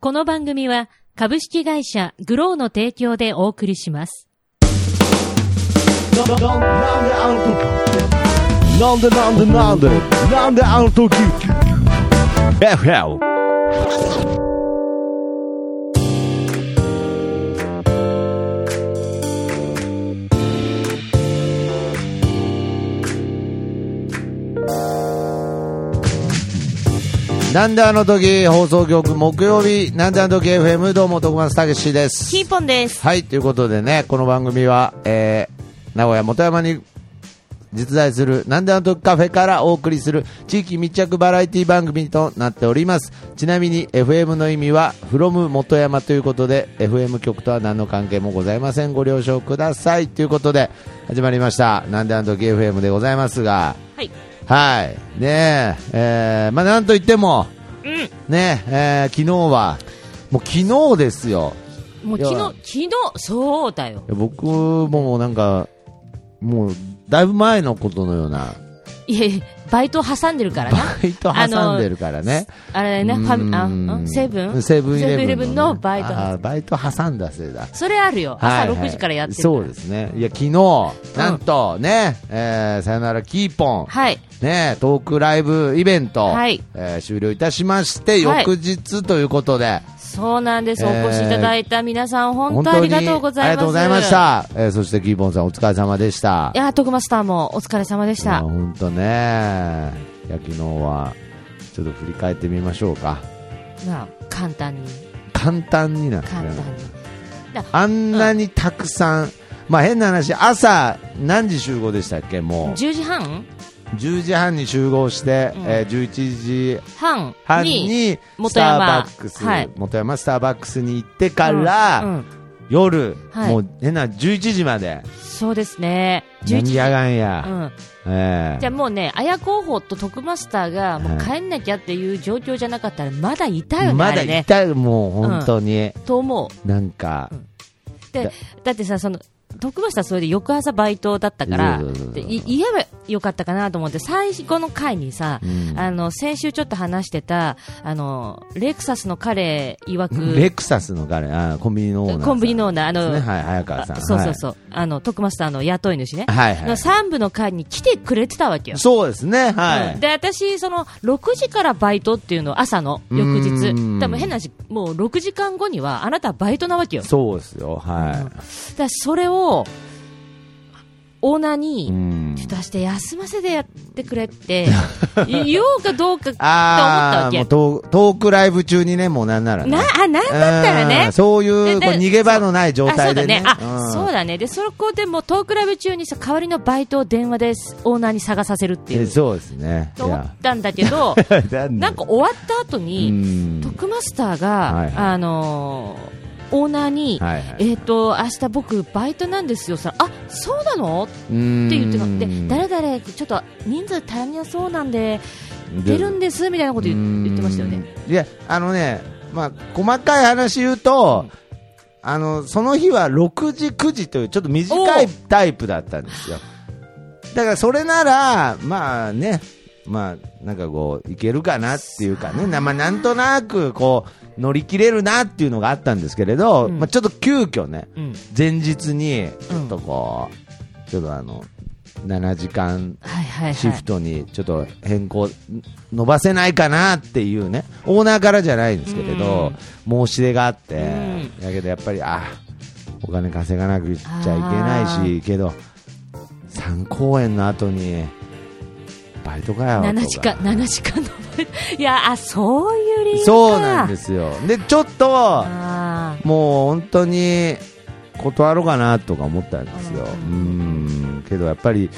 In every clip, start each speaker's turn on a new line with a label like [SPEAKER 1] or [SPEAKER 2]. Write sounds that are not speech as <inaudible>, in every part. [SPEAKER 1] この番組は株式会社グローの提供でお送りします。
[SPEAKER 2] なんであの時なんでなんでなんでなんであの時 FL
[SPEAKER 3] なんであの時放送局木曜日なんであの時 FM どうも徳松たけしです
[SPEAKER 1] キーポンです。
[SPEAKER 3] はいということでねこの番組は、えー、名古屋元山に実在するなんであの時カフェからお送りする地域密着バラエティ番組となっておりますちなみに FM の意味は from 元山ということで FM 局とは何の関係もございませんご了承くださいということで始まりましたなんであの時 FM でございますが
[SPEAKER 1] はい。
[SPEAKER 3] はいねええーまあなんといってもねえー昨日は、もう昨日ですよ、
[SPEAKER 1] もう昨日
[SPEAKER 3] いや、
[SPEAKER 1] 昨日、そうだよ。
[SPEAKER 3] 僕もなんか、もうだいぶ前のことのような、
[SPEAKER 1] いやいや、バイト挟んでるから
[SPEAKER 3] バ
[SPEAKER 1] な。
[SPEAKER 3] イト挟んでるからね、
[SPEAKER 1] あれね、
[SPEAKER 3] う
[SPEAKER 1] フ
[SPEAKER 3] ん
[SPEAKER 1] ァミ、あ、んセブン
[SPEAKER 3] セブンイレブンの,、
[SPEAKER 1] ブンのバイト
[SPEAKER 3] あーバイト挟んだせいだ。
[SPEAKER 1] それあるよ。
[SPEAKER 3] はい
[SPEAKER 1] 朝
[SPEAKER 3] はい
[SPEAKER 1] 6時からやってるから。
[SPEAKER 3] そうですね、いや昨日なんとね、えーさよならキーポン、
[SPEAKER 1] はい。
[SPEAKER 3] ね、トークライブイベント、
[SPEAKER 1] はい
[SPEAKER 3] えー終了いたしまして、
[SPEAKER 1] はい
[SPEAKER 3] 翌日ということで。
[SPEAKER 1] そうなんです。お
[SPEAKER 3] えー
[SPEAKER 1] 越しいただいた皆さん、本当ありがとうございます。
[SPEAKER 3] ありがとうございまし。た。えーそして、キーボンさん、お疲れ様でした。
[SPEAKER 1] いやー、徳マスターもお疲れ様でした。
[SPEAKER 3] 本当ね。いや、昨日は、ちょっと振り返ってみましょうか。
[SPEAKER 1] まあ、簡単に、
[SPEAKER 3] 簡単になんです
[SPEAKER 1] 簡
[SPEAKER 3] ね
[SPEAKER 1] 単に。
[SPEAKER 3] あんなにたくさん、まあ変な話、朝、何時集合でしたっけも
[SPEAKER 1] 10時半
[SPEAKER 3] う、10時半に集合して、
[SPEAKER 1] うん
[SPEAKER 3] えー11時
[SPEAKER 1] 半
[SPEAKER 3] 半
[SPEAKER 1] に、
[SPEAKER 3] に、
[SPEAKER 1] 元
[SPEAKER 3] スター
[SPEAKER 1] 山
[SPEAKER 3] バックス、
[SPEAKER 1] はい
[SPEAKER 3] 元山スターバックスに行ってから、
[SPEAKER 1] うんうん
[SPEAKER 3] 夜、
[SPEAKER 1] はい
[SPEAKER 3] もう変な11時まで、
[SPEAKER 1] そうですね。11
[SPEAKER 3] 何
[SPEAKER 1] 時。
[SPEAKER 3] やがんや。
[SPEAKER 1] うん、
[SPEAKER 3] ええ
[SPEAKER 1] じゃあもうね、綾候補と徳マスターがもう
[SPEAKER 3] は
[SPEAKER 1] 帰んなきゃっていう状況じゃなかったら、まだいたよね、
[SPEAKER 3] ま
[SPEAKER 1] あ
[SPEAKER 3] だ
[SPEAKER 1] れ
[SPEAKER 3] い
[SPEAKER 1] ね。
[SPEAKER 3] たい、もう本当に、
[SPEAKER 1] と思う。
[SPEAKER 3] なんか、
[SPEAKER 1] で
[SPEAKER 3] だ、
[SPEAKER 1] だってさ、その、徳橋さんそれで翌朝バイトだったから
[SPEAKER 3] そうそうそう、そう
[SPEAKER 1] でい言えばよかったかなと思って、最後の回にさ、
[SPEAKER 3] うん
[SPEAKER 1] あの、先週ちょっと話してた、あの、レクサスの彼曰
[SPEAKER 3] レ
[SPEAKER 1] く、
[SPEAKER 3] クサスの彼、あコンビニのオーナーさん
[SPEAKER 1] コンビニのオーナー、あ
[SPEAKER 3] です
[SPEAKER 1] の、
[SPEAKER 3] ね、はい、早川
[SPEAKER 1] あ
[SPEAKER 3] さん。
[SPEAKER 1] そうそうそう、あの、徳スさんの雇い主ね、
[SPEAKER 3] はいはい
[SPEAKER 1] の3部の会に来てくれてたわけよ
[SPEAKER 3] はい。。そうですね、は
[SPEAKER 1] うん
[SPEAKER 3] い。
[SPEAKER 1] で私、その6時からバイトっていうのを朝の翌日
[SPEAKER 3] うん、
[SPEAKER 1] 多分変な話、もう6時間後にはあなたはバイトなわけよ、だか
[SPEAKER 3] そうですよ、は
[SPEAKER 1] らそれをオーナー
[SPEAKER 3] い。う
[SPEAKER 1] に、
[SPEAKER 3] ん
[SPEAKER 1] ちょっと明日休ませてやってくれって
[SPEAKER 3] <laughs>
[SPEAKER 1] 言おうかどうかと思った
[SPEAKER 3] あ
[SPEAKER 1] わ
[SPEAKER 3] あ、
[SPEAKER 1] け
[SPEAKER 3] もう、トートークライブ中にね、もうなんならね。
[SPEAKER 1] なあなんだったら
[SPEAKER 3] う
[SPEAKER 1] ね
[SPEAKER 3] ん。そうい
[SPEAKER 1] で
[SPEAKER 3] う
[SPEAKER 1] で
[SPEAKER 3] こう逃げ場のない状態でね。
[SPEAKER 1] あそうだねあ、
[SPEAKER 3] ん
[SPEAKER 1] そうだねでそこでもうトークライブ中にさ代わりのバイトを電話でオーナーに探させるってい
[SPEAKER 3] え
[SPEAKER 1] う
[SPEAKER 3] そうですね。
[SPEAKER 1] と思ったんだけ
[SPEAKER 3] <laughs>
[SPEAKER 1] ど
[SPEAKER 3] いや
[SPEAKER 1] なんか終わった後に、
[SPEAKER 3] うん
[SPEAKER 1] トクマスターが、
[SPEAKER 3] はいはい
[SPEAKER 1] あのーオーナーに、
[SPEAKER 3] はいはい
[SPEAKER 1] えっ、と、明日僕、バイトなんですよ、さあそうなのって
[SPEAKER 3] うん
[SPEAKER 1] 言ってたので、誰々、ちょっと人数足りなそうなんで、出るんですみたいなこと言言ってましたよね。
[SPEAKER 3] うん。いや、あのね、まあ、細かい話言うと、あの、その日は6時、9時という、ちょっと短いタイプだったんですよ。だから、それなら、まあね、まあ、なんかこう、いけるかなっていうかね、なまあ、なんとなく、こう、乗り切れるなっていうのがあったんですけれど、
[SPEAKER 1] うん
[SPEAKER 3] まあ、ちょっと急遽ね、
[SPEAKER 1] うん
[SPEAKER 3] 前日に、ちょっとこう、ちょっとあの、7時間
[SPEAKER 1] はいはいはい、
[SPEAKER 3] シフトにちょっと変更、伸ばせないかなっていうね、オーナーからじゃないんですけれど、申し出があって、
[SPEAKER 1] う
[SPEAKER 3] だけどやっぱり、あお金稼がなくちゃいけないし、けど、3公演の後に、バイトかよとか。
[SPEAKER 1] 7時間、7時間のバイト、 <laughs> いや、あそういう理由か、
[SPEAKER 3] そうなんですすよ。で、ちょっと、
[SPEAKER 1] あー
[SPEAKER 3] もう本当に断ろうかなとか思ったんですよ、う
[SPEAKER 1] うん
[SPEAKER 3] けどやっぱり、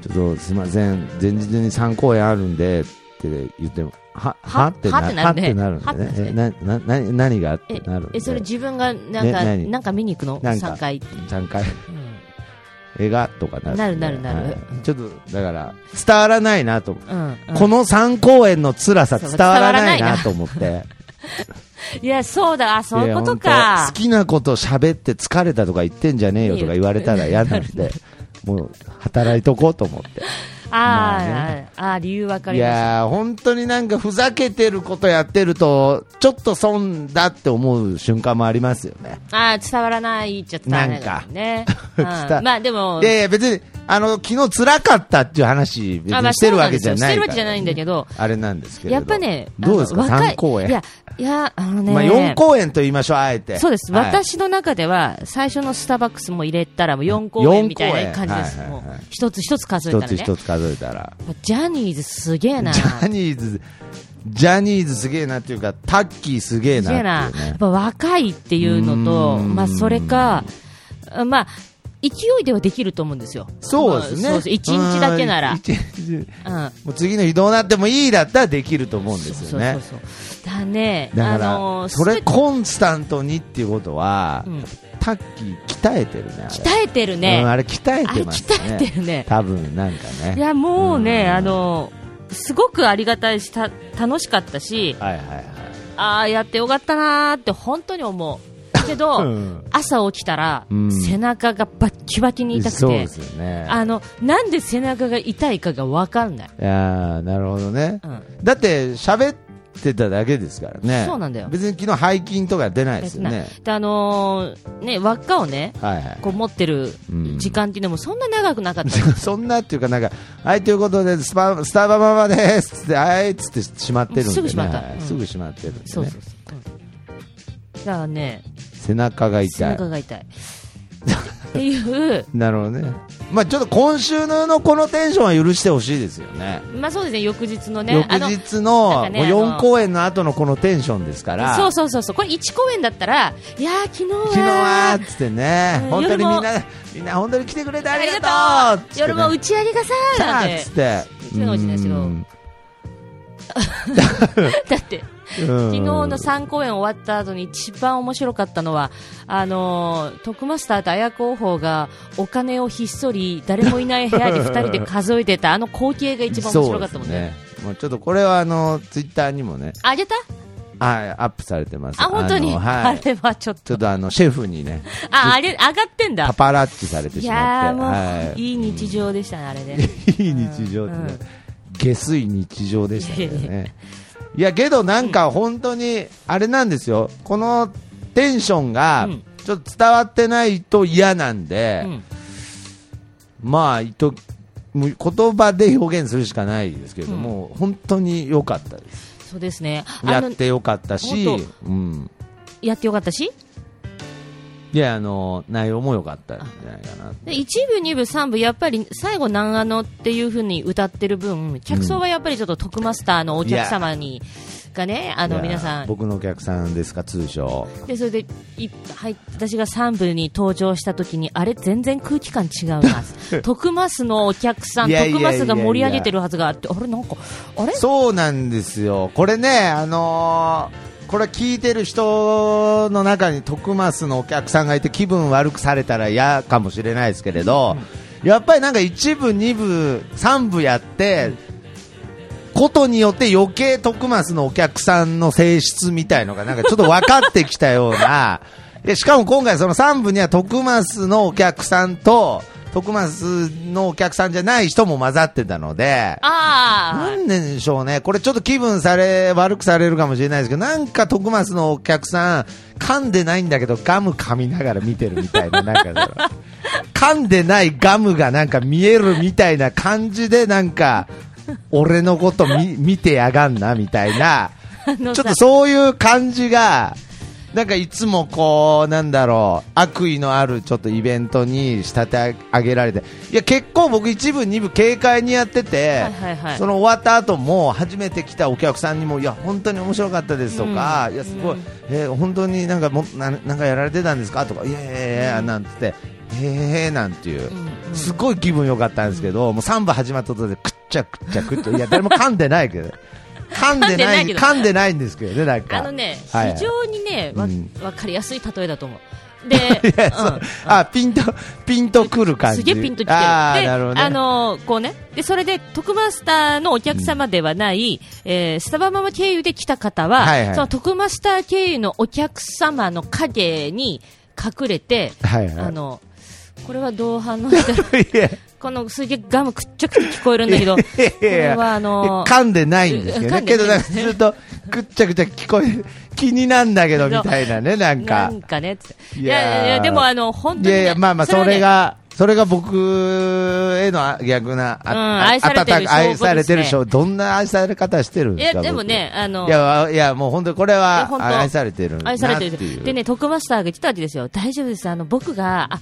[SPEAKER 3] ちょっとすみません、前日に3公演あるんでって言っても、は
[SPEAKER 1] は
[SPEAKER 3] はってな
[SPEAKER 1] はって
[SPEAKER 3] は
[SPEAKER 1] な
[SPEAKER 3] っ
[SPEAKER 1] るね
[SPEAKER 3] てなるんでね、えななな何がって
[SPEAKER 1] え
[SPEAKER 3] なるんで、
[SPEAKER 1] え、それ自分がなん
[SPEAKER 3] ね
[SPEAKER 1] か、
[SPEAKER 3] 何
[SPEAKER 1] なんか見に行くの
[SPEAKER 3] なんか
[SPEAKER 1] ?3 回って。
[SPEAKER 3] 3回、
[SPEAKER 1] うん
[SPEAKER 3] 映画とかなる、
[SPEAKER 1] なるなるなる
[SPEAKER 3] はいちょっとだから、伝わらないなと思って。
[SPEAKER 1] うんうん
[SPEAKER 3] この3公演の辛さ
[SPEAKER 1] そう
[SPEAKER 3] 伝わ
[SPEAKER 1] 伝わ
[SPEAKER 3] らない
[SPEAKER 1] らないな
[SPEAKER 3] なと思って。
[SPEAKER 1] いや、そうだ、あ、そういうこと
[SPEAKER 3] いや
[SPEAKER 1] か
[SPEAKER 3] 本当好。きなこと喋って疲れ
[SPEAKER 1] <laughs>
[SPEAKER 3] たとか言ってんじゃねえよとか言われたら嫌なんで、もう働いとこうと思って。
[SPEAKER 1] あー、
[SPEAKER 3] まあ
[SPEAKER 1] あーあー、理由わか
[SPEAKER 3] い
[SPEAKER 1] りました。
[SPEAKER 3] やー本当になんかふざけてることやってるとちょっと損だって思う瞬間もありますよね。
[SPEAKER 1] あー伝わらないっちゃ伝わらないからね。
[SPEAKER 3] <laughs>
[SPEAKER 1] うん
[SPEAKER 3] なんか
[SPEAKER 1] まあでも、
[SPEAKER 3] いやいや別にあの昨日辛かったっていう話別
[SPEAKER 1] あま
[SPEAKER 3] に
[SPEAKER 1] あ
[SPEAKER 3] してるわけじ
[SPEAKER 1] そ
[SPEAKER 3] ゃ
[SPEAKER 1] うなんですよし
[SPEAKER 3] ない
[SPEAKER 1] てる
[SPEAKER 3] か
[SPEAKER 1] わけじゃ
[SPEAKER 3] ら
[SPEAKER 1] ないんだけど、
[SPEAKER 3] あれなんですけれど
[SPEAKER 1] やっぱね、あの
[SPEAKER 3] どうですか
[SPEAKER 1] 若い
[SPEAKER 3] 3公演
[SPEAKER 1] いや、いや、あのね、
[SPEAKER 3] まあ、4公演と言いましょうあえて
[SPEAKER 1] そうです、
[SPEAKER 3] はい
[SPEAKER 1] 私の中では、最初のスターバックスも入れたら、もう4公演みたいな感じです。
[SPEAKER 3] 四公演
[SPEAKER 1] もう
[SPEAKER 3] はいはいはい
[SPEAKER 1] 一つ一つ数えた
[SPEAKER 3] 一
[SPEAKER 1] ら
[SPEAKER 3] つ
[SPEAKER 1] ね。
[SPEAKER 3] 一つ数えたら
[SPEAKER 1] ジャニーズすげえな。
[SPEAKER 3] ジャニーズジャニーズすげえなっていうかタッキーすげえ
[SPEAKER 1] すげえ
[SPEAKER 3] な
[SPEAKER 1] な
[SPEAKER 3] っていう、
[SPEAKER 1] や
[SPEAKER 3] ね
[SPEAKER 1] っぱ若いっていうの
[SPEAKER 3] う
[SPEAKER 1] と、
[SPEAKER 3] ーん
[SPEAKER 1] まあ、それか、まあ、勢いではできると思うんですよ。
[SPEAKER 3] そうですね、
[SPEAKER 1] まあそう一1日だけなら。う
[SPEAKER 3] う
[SPEAKER 1] ん
[SPEAKER 3] 一日
[SPEAKER 1] ん。
[SPEAKER 3] もう次の日どうなってもいいだったらできると思うんで
[SPEAKER 1] そ
[SPEAKER 3] すよ
[SPEAKER 1] うそ
[SPEAKER 3] ね
[SPEAKER 1] うそうそう。だね、
[SPEAKER 3] だか
[SPEAKER 1] あの
[SPEAKER 3] ら
[SPEAKER 1] ー
[SPEAKER 3] それ
[SPEAKER 1] すべて
[SPEAKER 3] コンスタントにっていうことは、
[SPEAKER 1] うん
[SPEAKER 3] タッキー鍛えてるねあれ
[SPEAKER 1] 鍛えてる
[SPEAKER 3] うん
[SPEAKER 1] ね。
[SPEAKER 3] あれ鍛え
[SPEAKER 1] あ
[SPEAKER 3] て
[SPEAKER 1] れ
[SPEAKER 3] ます
[SPEAKER 1] 鍛えて
[SPEAKER 3] ね
[SPEAKER 1] るね。
[SPEAKER 3] 多分なんかね
[SPEAKER 1] いや、もうね、
[SPEAKER 3] うん
[SPEAKER 1] あのーすごくありがたいし、た楽しかったし、
[SPEAKER 3] はいはいはい
[SPEAKER 1] ああ、やってよかったなーって本当に思う。けど、
[SPEAKER 3] うん
[SPEAKER 1] 朝起きたら、
[SPEAKER 3] うん
[SPEAKER 1] 背中がバッキバキに痛く
[SPEAKER 3] そう
[SPEAKER 1] て
[SPEAKER 3] で、すよね
[SPEAKER 1] あの、なんで背中が痛いかがわかんない。
[SPEAKER 3] いやーなるほどね、
[SPEAKER 1] うん
[SPEAKER 3] だって喋ってただけですからね
[SPEAKER 1] そうなんだよ
[SPEAKER 3] 別に昨日背筋とか出ないですよ
[SPEAKER 1] な
[SPEAKER 3] ね
[SPEAKER 1] で、あのーね、輪っかをね、
[SPEAKER 3] はいはい <laughs>
[SPEAKER 1] こう持ってる
[SPEAKER 3] うん
[SPEAKER 1] 時間っていうのもそんな長くなかった。
[SPEAKER 3] そんなっていうか、なんか、はい、ということで、スパスタバママですっつって、はいっつってしまってるんで、ね、
[SPEAKER 1] すぐしまった
[SPEAKER 3] はい
[SPEAKER 1] うん
[SPEAKER 3] すぐしまってるんで、ね
[SPEAKER 1] そうそうそう。うんだからね、
[SPEAKER 3] 背中が
[SPEAKER 1] 背
[SPEAKER 3] 痛い
[SPEAKER 1] 中。が痛い。っていう、
[SPEAKER 3] なるほどね。まあちょっと今週のこのテンションは許してほしいですよね。
[SPEAKER 1] まあそうですね、翌日のね、
[SPEAKER 3] 翌
[SPEAKER 1] あの、
[SPEAKER 3] 日の、
[SPEAKER 1] なんかね
[SPEAKER 3] も
[SPEAKER 1] あ
[SPEAKER 3] う4
[SPEAKER 1] の
[SPEAKER 3] 公演の後のこのテンションですから。
[SPEAKER 1] そうそうそうそう、これ1公演だったら、いやー、昨日は
[SPEAKER 3] 昨日はっつってね
[SPEAKER 1] う、ん
[SPEAKER 3] 本当に
[SPEAKER 1] 夜
[SPEAKER 3] み
[SPEAKER 1] も
[SPEAKER 3] んな、みんな本当に来てくれてあ
[SPEAKER 1] あ
[SPEAKER 3] り
[SPEAKER 1] り
[SPEAKER 3] が
[SPEAKER 1] が
[SPEAKER 3] と
[SPEAKER 1] と
[SPEAKER 3] う
[SPEAKER 1] う夜も打
[SPEAKER 3] ち
[SPEAKER 1] ち上げがさー
[SPEAKER 3] た
[SPEAKER 1] なん、
[SPEAKER 3] っつってて。
[SPEAKER 1] うちのうちですけど
[SPEAKER 3] うん
[SPEAKER 1] だって、昨日の3公演終わった後に一番面白かったのは、あのー、徳マスターと綾候補がお金をひっそり誰もいない部屋
[SPEAKER 3] <laughs>
[SPEAKER 1] で2人で数えてたあの光景が一番面白かったもんね。
[SPEAKER 3] そうですねもうちょっとこれはあの、ツイッターにもね、
[SPEAKER 1] あげた
[SPEAKER 3] はい、アップされてます。
[SPEAKER 1] あ、本当に
[SPEAKER 3] の
[SPEAKER 1] あ,、
[SPEAKER 3] はい。
[SPEAKER 1] れはちょっ
[SPEAKER 3] ちょ
[SPEAKER 1] と
[SPEAKER 3] っ。とあの、シェフにね、
[SPEAKER 1] あ、あれ、上がってん
[SPEAKER 3] パ
[SPEAKER 1] だ。
[SPEAKER 3] パラッチされて
[SPEAKER 1] い
[SPEAKER 3] しま
[SPEAKER 1] や
[SPEAKER 3] って。
[SPEAKER 1] ーも
[SPEAKER 3] は
[SPEAKER 1] う、いい日常でしたね、あれね。
[SPEAKER 3] いい日常ってね、
[SPEAKER 1] うん
[SPEAKER 3] 下水日常でしたけどね。いや、けどなんか本当に、あれなんですよ、このテンションが
[SPEAKER 1] うん、
[SPEAKER 3] ちょっと伝わってないと嫌なんで、
[SPEAKER 1] うん
[SPEAKER 3] まあ、いともう言葉で表現するしかないですけれども、本当に良かったです。
[SPEAKER 1] そうですね。
[SPEAKER 3] や
[SPEAKER 1] あ
[SPEAKER 3] っ
[SPEAKER 1] の、
[SPEAKER 3] て良かったし、
[SPEAKER 1] 本
[SPEAKER 3] うん。
[SPEAKER 1] やってよかったし。
[SPEAKER 3] いや、あの、内容も良かったんじゃないかなって
[SPEAKER 1] で1部、2部、3部、やっぱり最後、なんあのっていう風に歌ってる分、客層はやっぱりちょっと徳マスターのお客様に、がね、あ
[SPEAKER 3] い
[SPEAKER 1] の
[SPEAKER 3] や
[SPEAKER 1] 皆さん、
[SPEAKER 3] 僕のお客さんですか通称
[SPEAKER 1] でそれでいはい、私が3部に登場した時に、あれ、全然空気感
[SPEAKER 3] <laughs>
[SPEAKER 1] 違うな、徳マスのお客さん、
[SPEAKER 3] いやいや
[SPEAKER 1] 徳
[SPEAKER 3] いや
[SPEAKER 1] マ
[SPEAKER 3] いや
[SPEAKER 1] スが盛り上げてるはずがあって、あれ、なんか、あれ
[SPEAKER 3] そうなんですよこれねあのーこれ聞いてる人の中に徳増のお客さんがいて気分悪くされたら嫌かもしれないですけれど、やっぱりなんか1部2部3部やって、ことによって余計徳増のお客さんの性質みたいのがなんかちょっと分かってきたような <laughs> でしかも今回その3部には徳増のお客さんと徳増のお客さんじゃない人も混ざってたのでな
[SPEAKER 1] あ
[SPEAKER 3] んでしょうね、これちょっと気分され悪くされるかもしれないですけど、なんか徳松のお客さん、噛んでないんだけど、ガム噛みながら見てるみたいな、なんか、噛んでないガムがなんか見えるみたいな感じで、なんか、俺のこと見見てやがんなみたいな、
[SPEAKER 1] あの
[SPEAKER 3] ちょ
[SPEAKER 1] さ
[SPEAKER 3] っとそういう感じが、なんかいつもこう、なんだろう、悪意のあるちょっとイベントに仕立て上げられて、いや、結構僕、一部、二部、軽快にやってて、
[SPEAKER 1] はいはいはい
[SPEAKER 3] その終わった後も、初めて来たお客さんにも、いや、本当に面白かったですとか、いや、すごい、えー本当になんかもな、なんかやられてたんですかとか、いやいやいやいや、なんつって、へえへーなんていう。すごい気分良かったんですけど、もう3部始まった途端でくっちゃくっちゃくっちゃいや誰も噛んでないけど噛んでな
[SPEAKER 1] 噛んでないいけど
[SPEAKER 3] 噛んでないんですけどねなんか
[SPEAKER 1] あのね、
[SPEAKER 3] はい
[SPEAKER 1] 非常にね、わ
[SPEAKER 3] うん
[SPEAKER 1] わかりやすい例えだと思う。で、
[SPEAKER 3] <laughs> いや
[SPEAKER 1] うん
[SPEAKER 3] そうあピンとピンとくる感じ
[SPEAKER 1] すげえピンときてる。で、
[SPEAKER 3] あーなるほどね
[SPEAKER 1] あのーこうね。で、それで、徳マスターのお客様ではない、えースタバママ経由で来た方は、
[SPEAKER 3] はいはい
[SPEAKER 1] その徳マスター経由のお客様の影に隠れて、
[SPEAKER 3] はいはい
[SPEAKER 1] あの、これはどう反応したら、
[SPEAKER 3] <laughs> いや
[SPEAKER 1] このすげえガムくっちゃくちゃ聞こえるんだけど、これはあの
[SPEAKER 3] 噛んでないんですけど
[SPEAKER 1] 噛
[SPEAKER 3] ね。
[SPEAKER 1] んで
[SPEAKER 3] け
[SPEAKER 1] な
[SPEAKER 3] ど
[SPEAKER 1] い
[SPEAKER 3] なんかずっとくっちゃくちゃ聞こえ <laughs> る。気になんだけどみたいなね、なん
[SPEAKER 1] な
[SPEAKER 3] か。
[SPEAKER 1] んかね、つってい
[SPEAKER 3] いやー
[SPEAKER 1] やいやいや、でもあの、本当に
[SPEAKER 3] い
[SPEAKER 1] ね、
[SPEAKER 3] やいや、まあま
[SPEAKER 1] は
[SPEAKER 3] あ、そ
[SPEAKER 1] ね
[SPEAKER 3] れ、が、それが僕への逆な、あ
[SPEAKER 1] うん
[SPEAKER 3] あ
[SPEAKER 1] 愛されてる証拠
[SPEAKER 3] 温か愛されてる
[SPEAKER 1] です
[SPEAKER 3] 証拠どんな愛され方してるん
[SPEAKER 1] い
[SPEAKER 3] ですか
[SPEAKER 1] や、でもね、あの
[SPEAKER 3] 僕い、や、いや、もう本当にこれ
[SPEAKER 1] い
[SPEAKER 3] は
[SPEAKER 1] や本当
[SPEAKER 3] 愛されてるな
[SPEAKER 1] 愛されて
[SPEAKER 3] ってい
[SPEAKER 1] る
[SPEAKER 3] う。
[SPEAKER 1] でね、徳マスターが言ってたわけですよ。大丈夫です。あの、僕が、あ、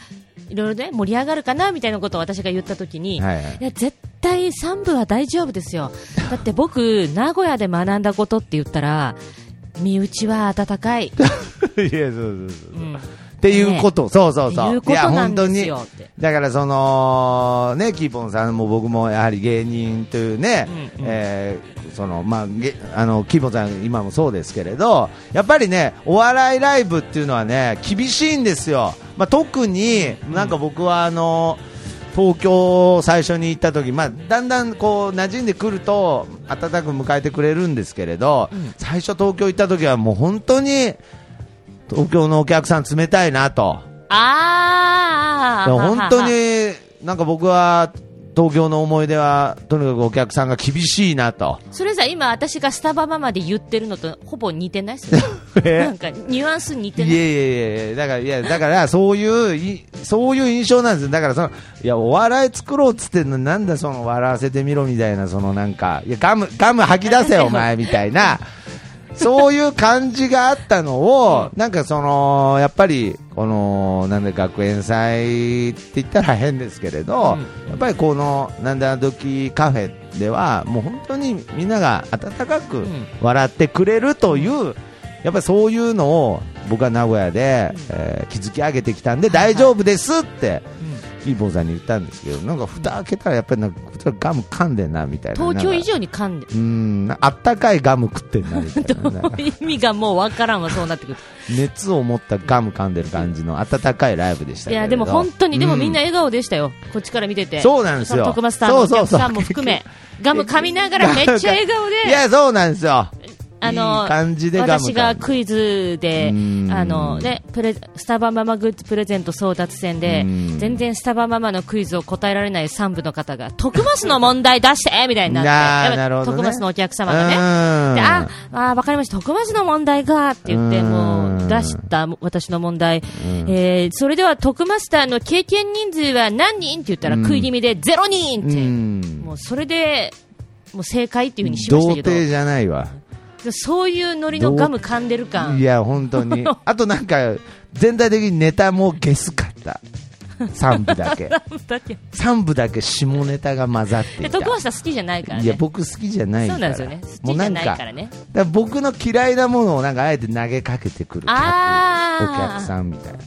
[SPEAKER 1] いろいろね、盛り上がるかな、みたいなことを私が言ったときに、、
[SPEAKER 3] はいいはい。
[SPEAKER 1] や、絶対3部は大丈夫ですよ。だって僕、名古屋で学んだことって言ったら、身内は温かい。
[SPEAKER 3] <laughs> いや、そうそうそ
[SPEAKER 1] う
[SPEAKER 3] う。
[SPEAKER 1] ん。っ
[SPEAKER 3] っていうこと、そうそう
[SPEAKER 1] て
[SPEAKER 3] そう。
[SPEAKER 1] いうことなんですよ
[SPEAKER 3] いや、本
[SPEAKER 1] って。
[SPEAKER 3] 当に。だから、その、ね、キーポンさんも僕もやはり芸人というね、
[SPEAKER 1] うんうん
[SPEAKER 3] えーその、まあ、げあの、キーポンさん今もそうですけれど、やっぱりね、お笑いライブっていうのはね、厳しいんですよ。まあ、特に、なんか僕は、あの、東京を最初に行った時、まあ、だんだんこう馴染んでくると温かく迎えてくれるんですけれど、
[SPEAKER 1] うん
[SPEAKER 3] 最初東京行った時はもう本当に東京のお客さん冷たいなと、
[SPEAKER 1] あーあーあーあー
[SPEAKER 3] でも本当
[SPEAKER 1] あー
[SPEAKER 3] になんか僕は東京の思い出はとにかくお客さんが厳しいな
[SPEAKER 1] <laughs>
[SPEAKER 3] と。
[SPEAKER 1] それさ、今私がスタバママで言ってるのとほぼ似てないっ
[SPEAKER 3] <laughs>
[SPEAKER 1] すねなんか、ニュアンス似
[SPEAKER 3] い
[SPEAKER 1] て
[SPEAKER 3] や
[SPEAKER 1] ないい。
[SPEAKER 3] やいやいやだから、いや、だから、そういう、いそういう印象なんですよ。だから、その、いや、お笑い作ろうっつってんのになんだその、笑わせてみろみたいな、そのなんか、いや、ガム、ガム吐き出せ
[SPEAKER 1] <laughs>
[SPEAKER 3] よ、お前、みたいな、そういう感じがあったのを、なんかその、やっぱり、この、なんで学園祭って言ったら変ですけれど、やっぱりこの、なんであの時カフェでは、もう本当にみんなが温かく
[SPEAKER 1] ん
[SPEAKER 3] 笑ってくれるという、やっぱりそういうのを僕は名古屋で、えー築き上げてきたんで大丈夫ですって、キーボーさんに言ったんですけど、なんか蓋開けたらやっぱりなんかそれガム噛んでんなみたいな。
[SPEAKER 1] 東京
[SPEAKER 3] なん
[SPEAKER 1] 以
[SPEAKER 3] か
[SPEAKER 1] 上に噛んで
[SPEAKER 3] うーん、あったかいガム食ってんなみたい
[SPEAKER 1] <laughs>
[SPEAKER 3] な。なんか
[SPEAKER 1] 意味がもうわからんわ、そうなってくる
[SPEAKER 3] 熱を持ったガム噛んでる感じの温かいライブでし
[SPEAKER 1] と。
[SPEAKER 3] た
[SPEAKER 1] い
[SPEAKER 3] けれど
[SPEAKER 1] や、でも本当に、でもみんな
[SPEAKER 3] う
[SPEAKER 1] 笑顔でしたよ。こっちから見てて。
[SPEAKER 3] そうなんです
[SPEAKER 1] その
[SPEAKER 3] よ。
[SPEAKER 1] 徳松さんのお客さんも
[SPEAKER 3] そうそうそう
[SPEAKER 1] 含め、ガム噛みなが
[SPEAKER 3] <laughs>
[SPEAKER 1] らめっちゃ笑顔
[SPEAKER 3] い
[SPEAKER 1] で、
[SPEAKER 3] や、そうなんですよ。
[SPEAKER 1] あの
[SPEAKER 3] いい感じでガム噛んで
[SPEAKER 1] 私がクイズで
[SPEAKER 3] う、ん
[SPEAKER 1] あのね、プレスタバママグッズプレゼント争奪戦で
[SPEAKER 3] う、ん
[SPEAKER 1] 全然スタバママのクイズを答えられない3部の方が、徳松の問題出してみたいになって、
[SPEAKER 3] <laughs> なあ
[SPEAKER 1] やっぱ
[SPEAKER 3] なるほどね
[SPEAKER 1] 徳松のお客様がね
[SPEAKER 3] う。ん
[SPEAKER 1] であ、あ、わかりました。徳松の問題かって言っ
[SPEAKER 3] う
[SPEAKER 1] て、
[SPEAKER 3] ーん
[SPEAKER 1] もう出した私の問題。えーそれでは徳マスターの経験人数は何人って言ったら
[SPEAKER 3] うん
[SPEAKER 1] 食い気味でゼロ人
[SPEAKER 3] う
[SPEAKER 1] って。
[SPEAKER 3] ん。
[SPEAKER 1] もうそれで、もう正解っていうふうにしまし
[SPEAKER 3] 童
[SPEAKER 1] たけど
[SPEAKER 3] 貞じゃないわ。
[SPEAKER 1] で、そういうノリのガム噛んでる感。
[SPEAKER 3] いや、本当に。あとなんか、全体的にネタもゲスかった。3部だ
[SPEAKER 1] <laughs>
[SPEAKER 3] け。
[SPEAKER 1] <laughs> だって
[SPEAKER 3] 3部だけ下ネタが混ざって
[SPEAKER 1] で
[SPEAKER 3] いた。
[SPEAKER 1] 徳マスター好きじゃないから
[SPEAKER 3] いや、
[SPEAKER 1] ね。
[SPEAKER 3] 僕好きじゃない
[SPEAKER 1] そ
[SPEAKER 3] か
[SPEAKER 1] うなんで
[SPEAKER 3] ら。
[SPEAKER 1] すよね。好き
[SPEAKER 3] もう
[SPEAKER 1] じ
[SPEAKER 3] な
[SPEAKER 1] ゃ
[SPEAKER 3] ん
[SPEAKER 1] な
[SPEAKER 3] か、
[SPEAKER 1] いからね。
[SPEAKER 3] だから僕の嫌いなものをなんかあえて投げかけてくる客
[SPEAKER 1] あ
[SPEAKER 3] お
[SPEAKER 1] ー
[SPEAKER 3] 客さんみたいな。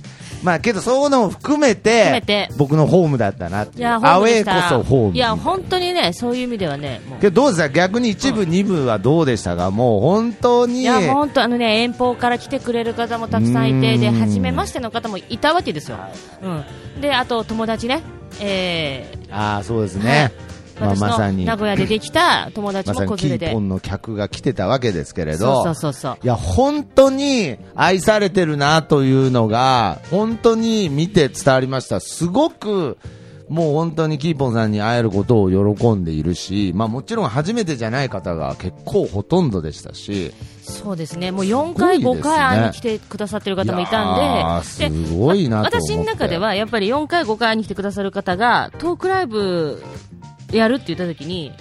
[SPEAKER 3] まあけど、そういうのも含めて、
[SPEAKER 1] 含めて
[SPEAKER 3] 僕のホームだったなってい。
[SPEAKER 1] いうや、
[SPEAKER 3] ア
[SPEAKER 1] ホー
[SPEAKER 3] ウ
[SPEAKER 1] ムで
[SPEAKER 3] ェ
[SPEAKER 1] し
[SPEAKER 3] イこ
[SPEAKER 1] た
[SPEAKER 3] そホームみ
[SPEAKER 1] い
[SPEAKER 3] たいな。
[SPEAKER 1] や、本当にね、そういう意味ではね、もう。
[SPEAKER 3] けどどうですか逆に一部、二部はどうでしたかもう本当に。
[SPEAKER 1] いやもう本当あのね遠方から来てくれる方もたくさんいて
[SPEAKER 3] うん
[SPEAKER 1] で初めましての方もいたわけですよ。うん。であと友達ね。えー
[SPEAKER 3] ああ、そうですね。まあ
[SPEAKER 1] 私
[SPEAKER 3] まさ
[SPEAKER 1] の
[SPEAKER 3] に。
[SPEAKER 1] 名古屋でできた友達
[SPEAKER 3] まさ
[SPEAKER 1] も
[SPEAKER 3] にキ
[SPEAKER 1] 子連れ
[SPEAKER 3] ー
[SPEAKER 1] で
[SPEAKER 3] ポ、ンの客が来てたわけですけれど、
[SPEAKER 1] そうそうそうそう
[SPEAKER 3] いや、本当に愛されてるなというのが、本当に見て伝わりました。すごく、もう本当にキーポンさんに会えることを喜んでいるし、まあもちろん初めてじゃない方が結構ほとんどでしたし、
[SPEAKER 1] そうですねもう4回、
[SPEAKER 3] すごい
[SPEAKER 1] 5
[SPEAKER 3] ですね
[SPEAKER 1] 回会いに来てくださってる方もい
[SPEAKER 3] いや
[SPEAKER 1] た
[SPEAKER 3] ー
[SPEAKER 1] んで、です
[SPEAKER 3] ごいなと思って
[SPEAKER 1] 私の中ではやっぱり4回、5回会いに来てくださる方がトークライブやるって言った時に、